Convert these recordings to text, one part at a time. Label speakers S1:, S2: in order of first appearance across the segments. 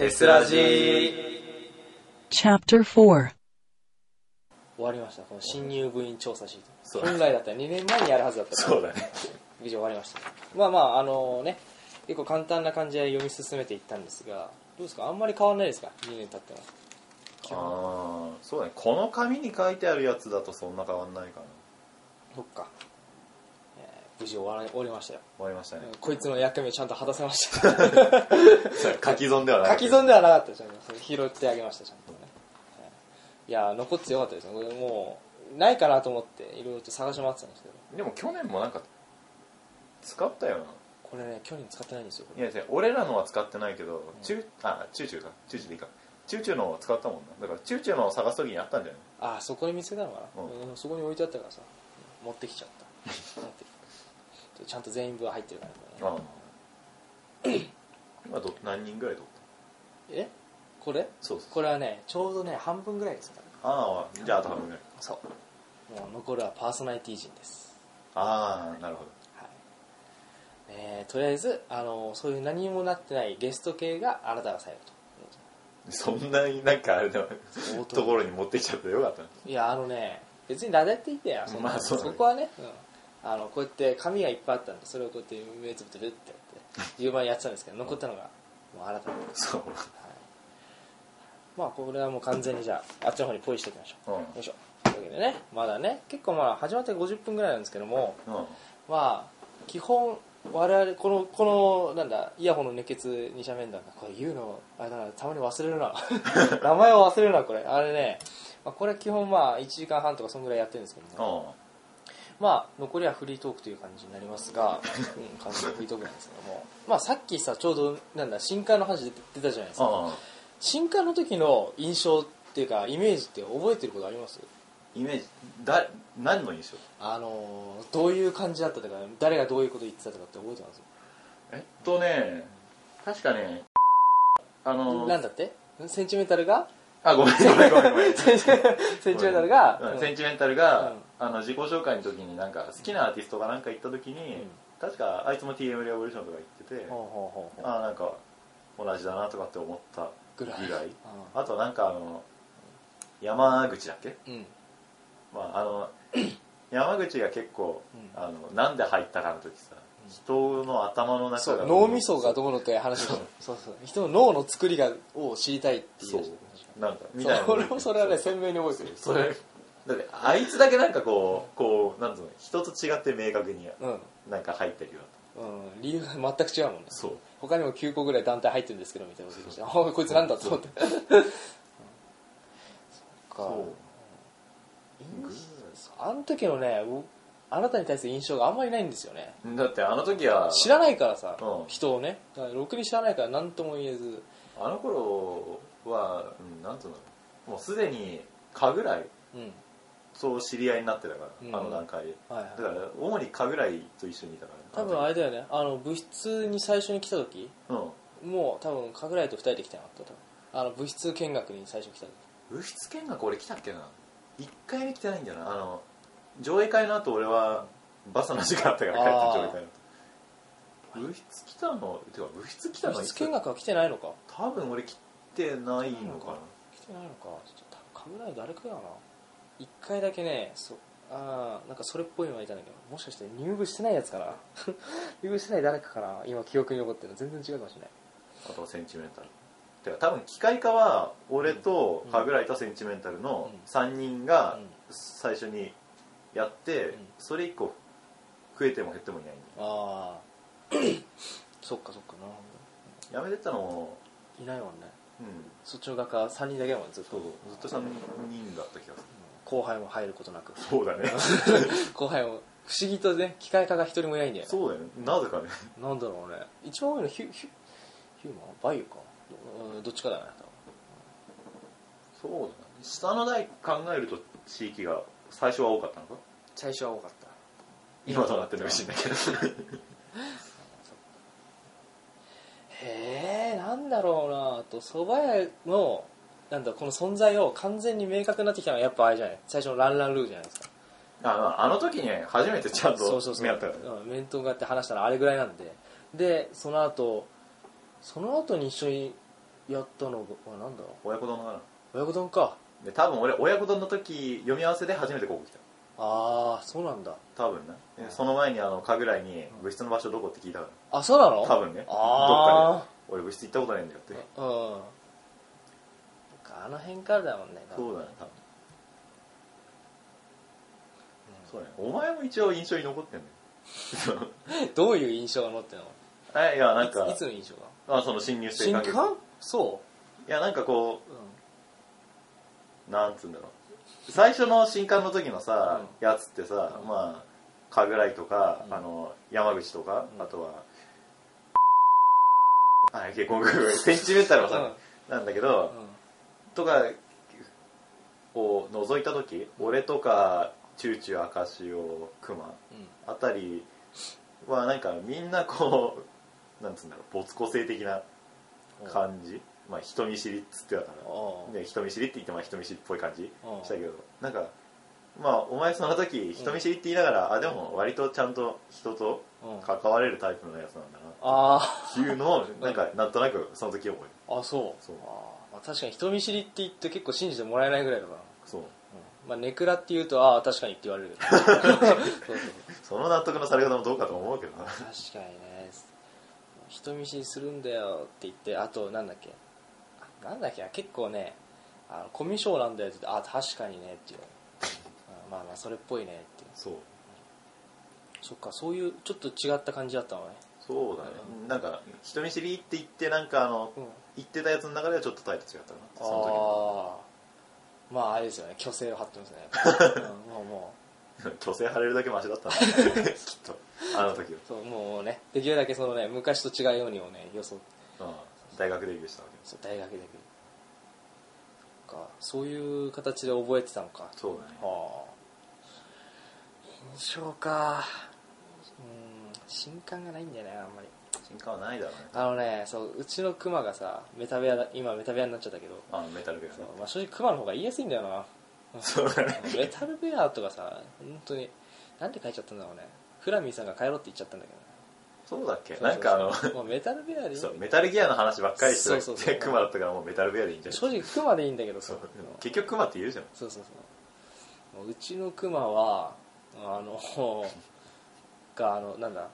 S1: S ラジー
S2: Chapter 4
S3: 終わりましたこの新入部員調査シート
S1: そう
S3: 本来だったら2年前にやるはずだったから
S1: そうだね
S3: 以上終わりましたまあまああのね結構簡単な感じで読み進めていったんですがどうですかあんまり変わらないですか2年経っても
S1: ああそうだねこの紙に書いてあるやつだとそんな変わんないかな
S3: そっか、えー無事終わら終わりましたよ
S1: 終わりましたね
S3: こいつの役目ちゃんと果たせました
S1: 書き損ではない
S3: 書き損ではなかったちゃんと拾ってあげましたちゃんとねはいいや残ってよかったですねこれもうないかなと思っていろいろと探し回ってたんですけど
S1: でも去年もなんか使ったよな
S3: これね去年使ってないんですよこ
S1: い
S3: れ
S1: やいや俺らのは使ってないけど、チュあチューチューかチューチューでいいかチューチューのを使ったもんなだからチューチューのを探す時にあったんじゃない
S3: ああそこに見つけたのかな、
S1: う
S3: うんそこに置いてあったからさ持ってきちゃった持ってきたちゃんと全員分は入ってるからこれね
S1: ああ今ど何人ぐらい取った
S3: えこれ
S1: そうそう
S3: これはねちょうどね半分ぐらいですから
S1: ああじゃああと半分ぐらい
S3: そうもう残るはパーソナリティ陣です
S1: ああなるほど
S3: はい、えーとりあえずあのそういう何もなってないゲスト系があなたが最後
S1: そんなになんかあれでも
S3: と
S1: ところに持ってきちゃってよかったね
S3: いやあのね別になだっていいんだよんな
S1: まあそうだね
S3: こはね、うんあのこうやって紙がいっぱいあったんでそれをこうやって目つぶって るってやって順番にやってたんですけど残ったのがもうあなただった
S1: そう
S3: まあこれはもう完全にじゃああっちの方にポイしておきましょう、
S1: うん
S3: よいしょというわけでねまだね結構まあ始まって50分ぐらいなんですけども
S1: うん
S3: まあ基本我々このこのなんだイヤホンの熱血二者面談がこれ言うのあれだなたまに忘れ るな名前を忘れるなこれあれね、まあ、これ基本まあ1時間半とかそんぐらいやってるんですけども、
S1: あ
S3: まあ残りはフリートークという感じになります が、うん、完全にフリートークなんですけどもまあさっきさちょうどなんだ新刊の話出て出たじゃないですか
S1: あ
S3: 新刊の時の印象っていうかイメージって覚えてることあります
S1: イメージだ何の印象
S3: あのーどういう感じだったとか誰がどういうこと言ってたとかって覚えてます
S1: えっとね確かねあの
S3: なんだってセンチメンタル が
S1: あごめんごめんごめんごめん
S3: センチセンチメンタルが、
S1: うん
S3: うん
S1: センチメンタルが、
S3: うん
S1: あの自己紹介の時になんか好きなアーティストがなんか行った時に、
S3: うん
S1: 確かあいつも TM レボリューションとか行ってて、
S3: ほうほうほうほう
S1: ああなんか同じだなとかって思った
S3: ぐらい
S1: 以外
S3: あ
S1: あとなんかあの山口だっけ、
S3: うん
S1: まあ、あの 山口が結構、
S3: うん
S1: あのなんで入ったかの時さ
S3: ん
S1: 人の頭の
S3: そ
S1: 中が
S3: う脳みそが
S1: ど
S3: どうのって話をそうそう人の脳の作りがを知りたいっていう
S1: そうなんかみたいな
S3: そう俺もそれはね鮮明に覚えてる
S1: それだってあいつだけなんかこうこうなんつうの人と違って明確に
S3: うん、うん、
S1: なんか入ってるような
S3: 理由が全く違うもんね
S1: そう
S3: 他にも9個ぐらい団体入ってるんですけどみたいなこと言ってましたあこいつなんだと思ってそっかあの時のね僕あなたに対する印象があんまりないんですよね
S1: だってあの時は
S3: 知らないからさ、
S1: うん
S3: 人をねだからろくに知らないから何とも言えず
S1: あの頃は、うん、なんつうのもうすでにかぐらい
S3: うん
S1: そう知り合いになってたから、
S3: うん
S1: あの段階で
S3: はい
S1: だ
S3: は
S1: か
S3: い
S1: ら主にかぐらいと一緒にいたから
S3: 多分あれだよねあの部室に最初に来た時
S1: あの
S3: もう多分神楽井と2人で来たよな多分あの部室見学に最初来た時
S1: 時うん物質見学俺来たっけな一回目来てないんだよなあの上映会の後俺はバスの時間あったから帰って
S3: あー
S1: 上映会の後物質来たのてか物質来たの
S3: 部
S1: い
S3: 室
S1: つ
S3: 見学は来てないのか
S1: 多分俺来てないのかな
S3: 来てないのかちょっと多分神楽井誰かやな1回だけねそああなんかそれっぽいのがいたんだけどもしかして入部してないやつかな 入部してない誰かかな今記憶に残ってるの全然違うかもしれない
S1: あとはセンチメンタルてか多分機械化は俺とハグライとセンチメンタルの
S3: うん
S1: 3人が
S3: うん
S1: 最初にやって、
S3: ん
S1: それ以降増えても減ってもいないんだ
S3: ああそっかそっかなるほ
S1: よやめてったのも、
S3: どいないもんね
S1: うん、
S3: そっちの学科は3人だけやもんねずっと
S1: そうずっと3人だった気がする
S3: 後輩も入ることなく
S1: そうだね
S3: 後輩も不思議とね機械化が一人もいないんだよね
S1: そうだよねなぜかね
S3: なんだろうね一番多いのヒュヒュヒューマンバイオかどどっちかだね
S1: そうだね下の代考えると地域が最初は多かったのか
S3: 最初は多かった
S1: 今となってるのがしいんだけど
S3: へえなんだろうなあと蕎麦屋のなんだこの存在を完全に明確になってきたのはやっぱあれじゃない最初のランランルーじゃないですか
S1: あまああの時に初めてちゃんと
S3: そうそうそう
S1: 目合ったからね
S3: うん面と向かって話したのあれぐらいなんででその後その後に一緒にやったのはなんだ
S1: 親子丼のかな
S3: 親子丼か
S1: で多分俺親子丼の時読み合わせで初めてここ来た
S3: ああそうなんだ
S1: 多分ね、で
S3: うん
S1: その前にあの神楽井に部室の場所どこって聞いたか
S3: あそうな
S1: ら
S3: の
S1: 多分ねどっ
S3: あ
S1: かで俺部室行ったことないんだよって
S3: あうんあの辺からだもんね
S1: そうだね多分
S3: うん
S1: そうだねお前も一応印象に残ってんだよ
S3: どういう印象が乗ってんの
S1: えいやなん
S3: い
S1: か
S3: ついつの印象が
S1: あその新入生
S3: 新
S1: 関係
S3: 刊そ
S1: いやなんかこ
S3: う、う
S1: うなんつうんだろう最初の新刊の時のさ、やつってさ、
S3: うん
S1: まあ神楽井とか、
S3: うん
S1: あの山口とか、
S3: うん
S1: あとはあ結婚 センチメンタルはさ、なんだけど、
S3: んうん
S1: とかを覗いた時俺とかチューチュー赤潮クマあたりはなんかみんなこうなんつうんだろう没個性的な
S3: うん
S1: 感じ、まあ人見知りっつってたから、
S3: おう
S1: ね、人見知りって言ってまあ人見知りっぽい感じ
S3: うん
S1: したけどなんかまあお前その時人見知りって言いながら、あでも割とちゃんと人と
S3: うん
S1: 関われるタイプのやつなんだな
S3: あ
S1: っていうのをなんかなんとなくその時覚え
S3: ーあそう
S1: そう
S3: あーまあ確かに人見知りって言って結構信じてもらえないぐらいだから、
S1: たそう
S3: うんまあ、ネクラって言うとああ確かにって言わ れるそうそうそう
S1: その納得のされ方もどうかと思うけどな
S3: 確かにね人見知りするんだよって言ってあとなんだっけあなんだっけな結構ねあのコミュ障なんだよって言ってあ確かにねっていううんまあまあそれっぽいねっていう
S1: そう
S3: そっかそういうちょっと違った感じだったのね
S1: そうだねなんか人見知りって言ってなんかあの
S3: うん
S1: 言ってたやつの中ではちょっとタイプ違ったかなその
S3: ああまああれですよね虚勢を張ってますね、やっぱりうんもうも
S1: 時に虚勢張れるだけマシだったんだね きっとあの時は
S3: う、そうもうねできるだけそのね昔と違うようにをね予想
S1: うん大学デビューしたわけです
S3: そう大学で見るそっかそういう形で覚えてたのか
S1: そうだね
S3: はあ印象かうん新刊がないんだよねあんまり
S1: 進化はないだろうね
S3: あのねそううちのクマがさメタ部屋だ今メタ部屋になっちゃったけど、
S1: あメタルゲーム
S3: そ
S1: ね
S3: うまあ、正直クマの方が言いやすいんだよな
S1: そうだね
S3: メタルベアとかさ本当になんで書いちゃったんだろうねフラミーさんが帰ろうって言っちゃったんだけどね
S1: そうだっけ
S3: そうそう
S1: なんかあの
S3: そうもうメタルベアでいい
S1: そうメタルギアの話ばっかりして
S3: そうそうそ
S1: て
S3: う
S1: クマだったからもうメタルギアでいいんじゃない
S3: 正直クマでいいんだけど
S1: そ
S3: そうう
S1: 結局クマって言うじゃん
S3: そうそうそうもううちのクマはあのがあのなんだ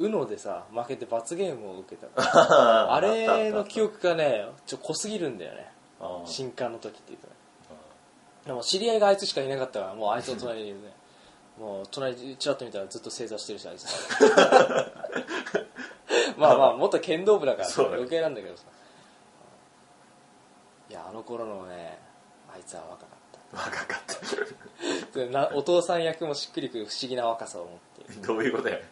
S3: UNO でさ負けて罰ゲームを受けたあ
S1: あ
S3: れの記
S1: 憶
S3: 憶がねちょ濃すぎるんだよね
S1: あー
S3: 新刊の時って言うとねでも知り合いがあいつしかいなかったからもうあいつの隣にいるね もう隣にちらっと見たらずっと正座してるしあい つまあまあ元剣道部だから
S1: そうだね
S3: 余計なんだけどさいやあの頃のねあいつは若かっ
S1: 若かった
S3: たでなお父さん役もしっくりくる不思議な若さを持ってい
S1: どういうことや
S3: る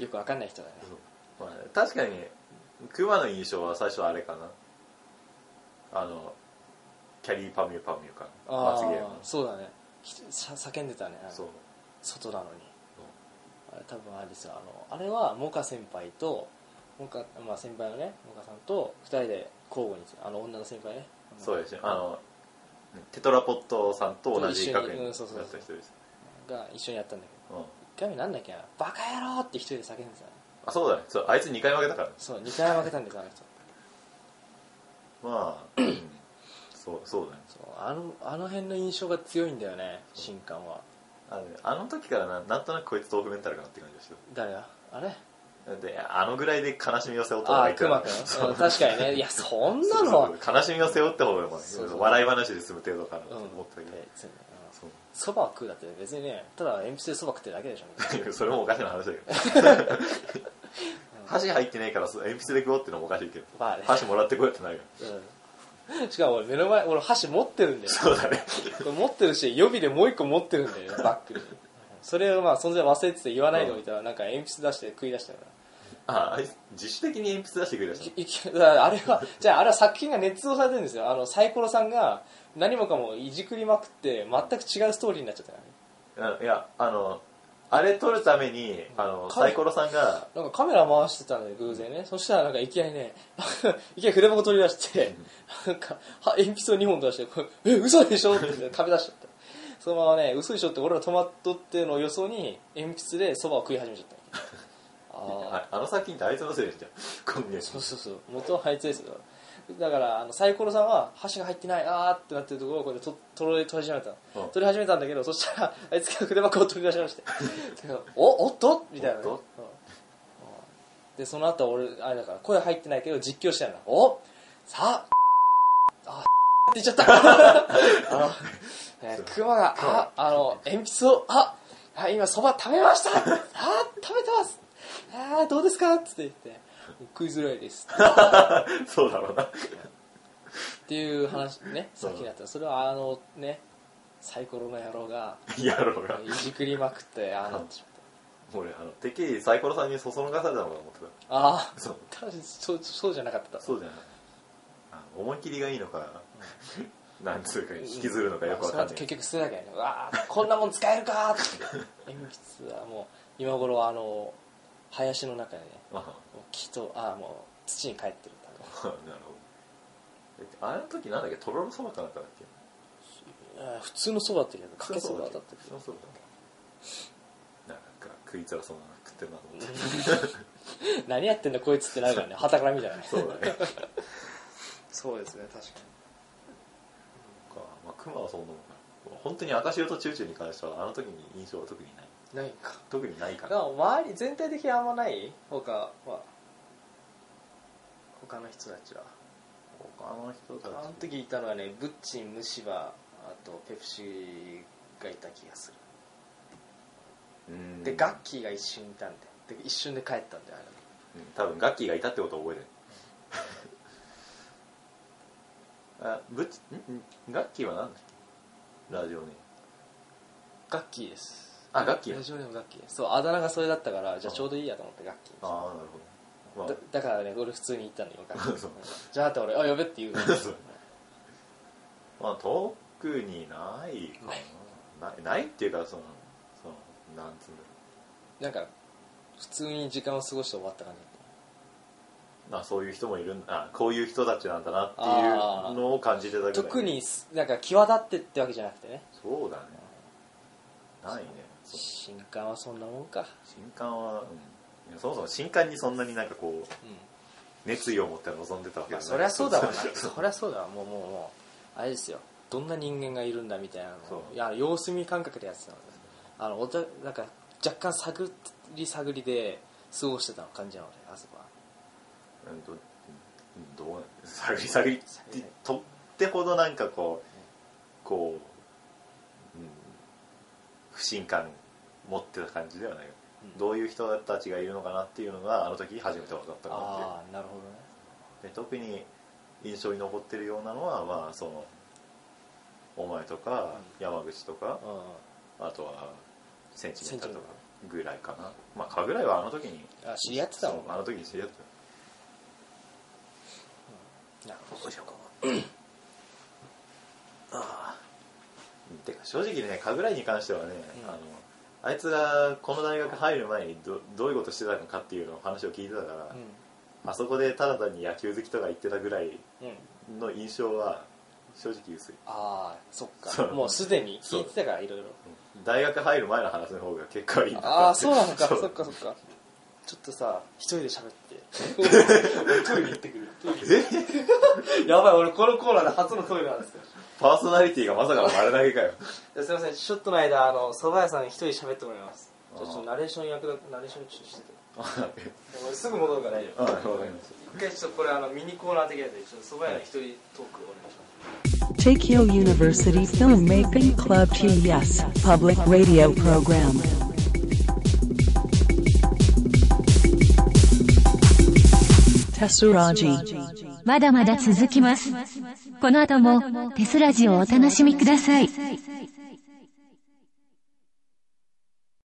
S3: よくわかんない人だね
S1: まあね、確かに熊の印象は最初あれかなあのキャリーパミュパミュか
S3: あ
S1: 罰ゲーム
S3: あそうだねひさ叫んでたねあの
S1: そう
S3: 外なのにあれ多分あれですよあのあれはモカ先輩とモカ、まあ、先輩のねモカさんと2人で交互にあの女の先輩ね
S1: そうですねあのテトラポットさんと同じ学
S3: 一緒
S1: 年だっ
S3: にうん
S1: た
S3: そうそうそう
S1: 人です
S3: が一緒にやったんだけど
S1: うん
S3: 1回目なんだっけな「バカ野郎!」って一人で叫んでたね
S1: あそうだねそうあいつ2回負けたから
S3: そう2回負けたんですあの人
S1: まあうんそうそうだね
S3: そうあのあの辺の印象が強いんだよね新刊は
S1: あのねあの時からななんとなくこいつ豆腐メンタルかなって感じでした
S3: 誰だあれ
S1: だってあのぐらいで悲しみを背負った方
S3: あ
S1: がいい
S3: あ
S1: か
S3: くま
S1: ら
S3: くん
S1: そう
S3: うん確かにねいやそんな
S1: そう
S3: の
S1: そう悲しみを背負った方がまあ
S3: そうそう
S1: 笑い話で済む程度かなと
S3: うん
S1: 思ったけど、
S3: 別にうん
S1: そう
S3: そばを食うだって別にねただ鉛筆でそば食ってるだけでし ょ
S1: それもおかしな話だけど 箸入ってないからそう鉛筆で食おうってのもおかしいけど
S3: まあね
S1: 箸もらってこいってないから
S3: うんしかも俺目の前俺箸持ってるんだよ
S1: そうだね
S3: これ持ってるし予備でもう一個持ってるんだよねバッグにそれをまあ存在忘れてて言わないでおいたらなんか鉛筆出して食い出したか
S1: ああいつ自主的に鉛筆出してくれた
S3: ら
S1: し
S3: いいきだからあれはじゃああれは作品が捏造されてるんですよあのサイコロさんが何もかもいじくりまくって全く違うストーリーになっちゃったからね
S1: あいやあのあれ取るためにあの
S3: か
S1: サイコロさんが
S3: なんかカメラ回してたんで偶然ね、そしたらなんかいきなりね いきなり筆箱取り出して、なんかは鉛筆を2本出してこれ「え嘘でしょ?」って言って食べ出しちゃったそのままね「嘘でしょ?」って俺ら戸惑ってるのを予想に鉛筆でそばを食い始めちゃったあ あ
S1: ああの作品ってあいつのせいでした今月
S3: そうそうそう元はあいつですよだからあのサイコロさんは箸が入ってないあーってなってるところをこれととろ取り始めたの、
S1: うん
S3: 取り始めたんだけどそしたらあいつが筆箱を取り出しまして でおおっとみたいなね、
S1: おっと
S3: うんうんでその後俺あれだから声入ってないけど実況してるのおさああって言っちゃった あの、ね、熊がああの鉛筆をああ今そば食べましたあ食べてますあどうですかっつって言って食いづらいです
S1: そうだろうな
S3: っていう話ねさっきだったそれはあのねサイコロの野郎が
S1: やろうが
S3: いじくりまくってああなってしまっ
S1: 俺あのてっきりサイコロさんにそそのかされたのかと思って
S3: たあ
S1: たそう
S3: あ確かにそうそうじゃなかった
S1: そうじゃないあの思い切りがいいのか、なんつうか引きずるのかよくわかん
S3: そ
S1: な
S3: の後
S1: い
S3: 結局捨てなきゃいけないうわあこんなもん使えるかーって鉛筆はもう今頃はあの林の中にね
S1: あ
S3: もう木とああもう土に帰ってるんだと
S1: なるほどあの時なんだっけとろろそばかなんかだっけ
S3: ああ普通のそばだったけどかけそばだったけ
S1: そうそうだなんか食いづらそうなの食ってるなと思って
S3: ど何やってんだこいつってなるからねはたから見たらね
S1: そうだね
S3: そうですね確かに
S1: か、まあ、熊はそうなのかな本当に赤潮とチューチューに関してはあの時に印象は特にない
S3: ないか
S1: 特にないか
S3: で
S1: ら
S3: も周り全体的にあんまない他は他の人たちは
S1: 他の人た
S3: あ
S1: ち
S3: の時いたのはねブッチン虫歯あとペプシがいた気がする
S1: うん
S3: でガッキーが一瞬いたんでで一瞬で帰ったんであれ
S1: うん多分ガッキーがいたってことを覚えてる あぶちんんガッキーは何だっけラジオネーム
S3: ガッキーです
S1: あガッキー
S3: ラジオネームガッキーですそうあだ名がそれだったからじゃあ
S1: あ
S3: ちょうどいいやと思ってガッキーにした
S1: ああなるほど、ま
S3: だだからね俺普通に言ったのよガ ッキー
S1: そう
S3: じゃああと俺「あ呼べ」って言う から
S1: そうあ、まあ特にないかなないないっていうかそのそのなんつうんだ
S3: なんか普通に時間を過ごして終わった感じだった
S1: ろうあそういう人もいるんだあこういう人たちなんだなっていうのを感じてたけど、
S3: 特にすなんか際立ってってわけじゃなくてね
S1: そうだねないねそう
S3: 新刊はそんなもんか
S1: 新刊は、うんいやそもそも新刊にそんなになんかこう
S3: うん
S1: 熱意を持って臨んでたわけ
S3: い
S1: じゃ
S3: や
S1: ない
S3: そりゃそうだわ な
S1: そう
S3: そりゃそうだわもうもうもうあれですよどんな人間がいるんだみたいなの
S1: そ
S3: を
S1: う
S3: いや様子見感覚でやってたのあのおたなんか若干探り探りで過ごしてたの感じなのであそこは
S1: うんとうんどうなん探り探りってとってほどなんかこうこう、うん、不信感持ってた感じではないよ
S3: うん
S1: どういう人たちがいるのかなっていうのがあの時初めて分かったかなっていう
S3: ああなるほどね
S1: で特に印象に残ってるようなのはまあそのお前とか山口とか、
S3: うん
S1: あとはセンチメンタルとか
S3: セ
S1: ぐらいかなまあかぐらいはあの時に
S3: あ知り合ってたもん
S1: そうあの時に知り合ってた
S3: なるほど
S1: てか正直ね神楽井に関してはね、
S3: うん
S1: あのあいつがこの大学入る前にどどういうことしてたのかっていうのを話を聞いてたから、
S3: う
S1: あそこでただ単に野球好きとか言ってたぐらい
S3: ん、うん、
S1: の印象は正直薄い
S3: ああそっ
S1: そ
S3: か
S1: う
S3: もうすでに聞いてたからいろいろ
S1: 大学入る前の話の方が結果はいいんだ
S3: ああ そうなのか
S1: そ
S3: そうっ かそっかちょっとさ一人で喋って トイレ行ってくるトイレ行ってく るやばい俺このコーナーで初のトイレなんですよ
S1: パーソナリティがまさかの丸投げ かよ
S3: いやすいませんちょっとの間あの蕎麦屋さんに一人で喋ってもらいます
S1: あ
S3: ち
S1: ー
S3: ょっとナレーション役だナレーションちょっとしてて
S1: あ
S3: 俺すぐ戻るから大丈夫
S1: あわかりまし
S3: 一回ちょっとこれあのミニコーナー的なやつでちょっと蕎麦屋の一人トークお願いします
S2: Tokyo University Filmmaking Club TES Public Radio Program. Tessuraji.
S4: まだまだ続きます。この後もテスラジをお楽しみください。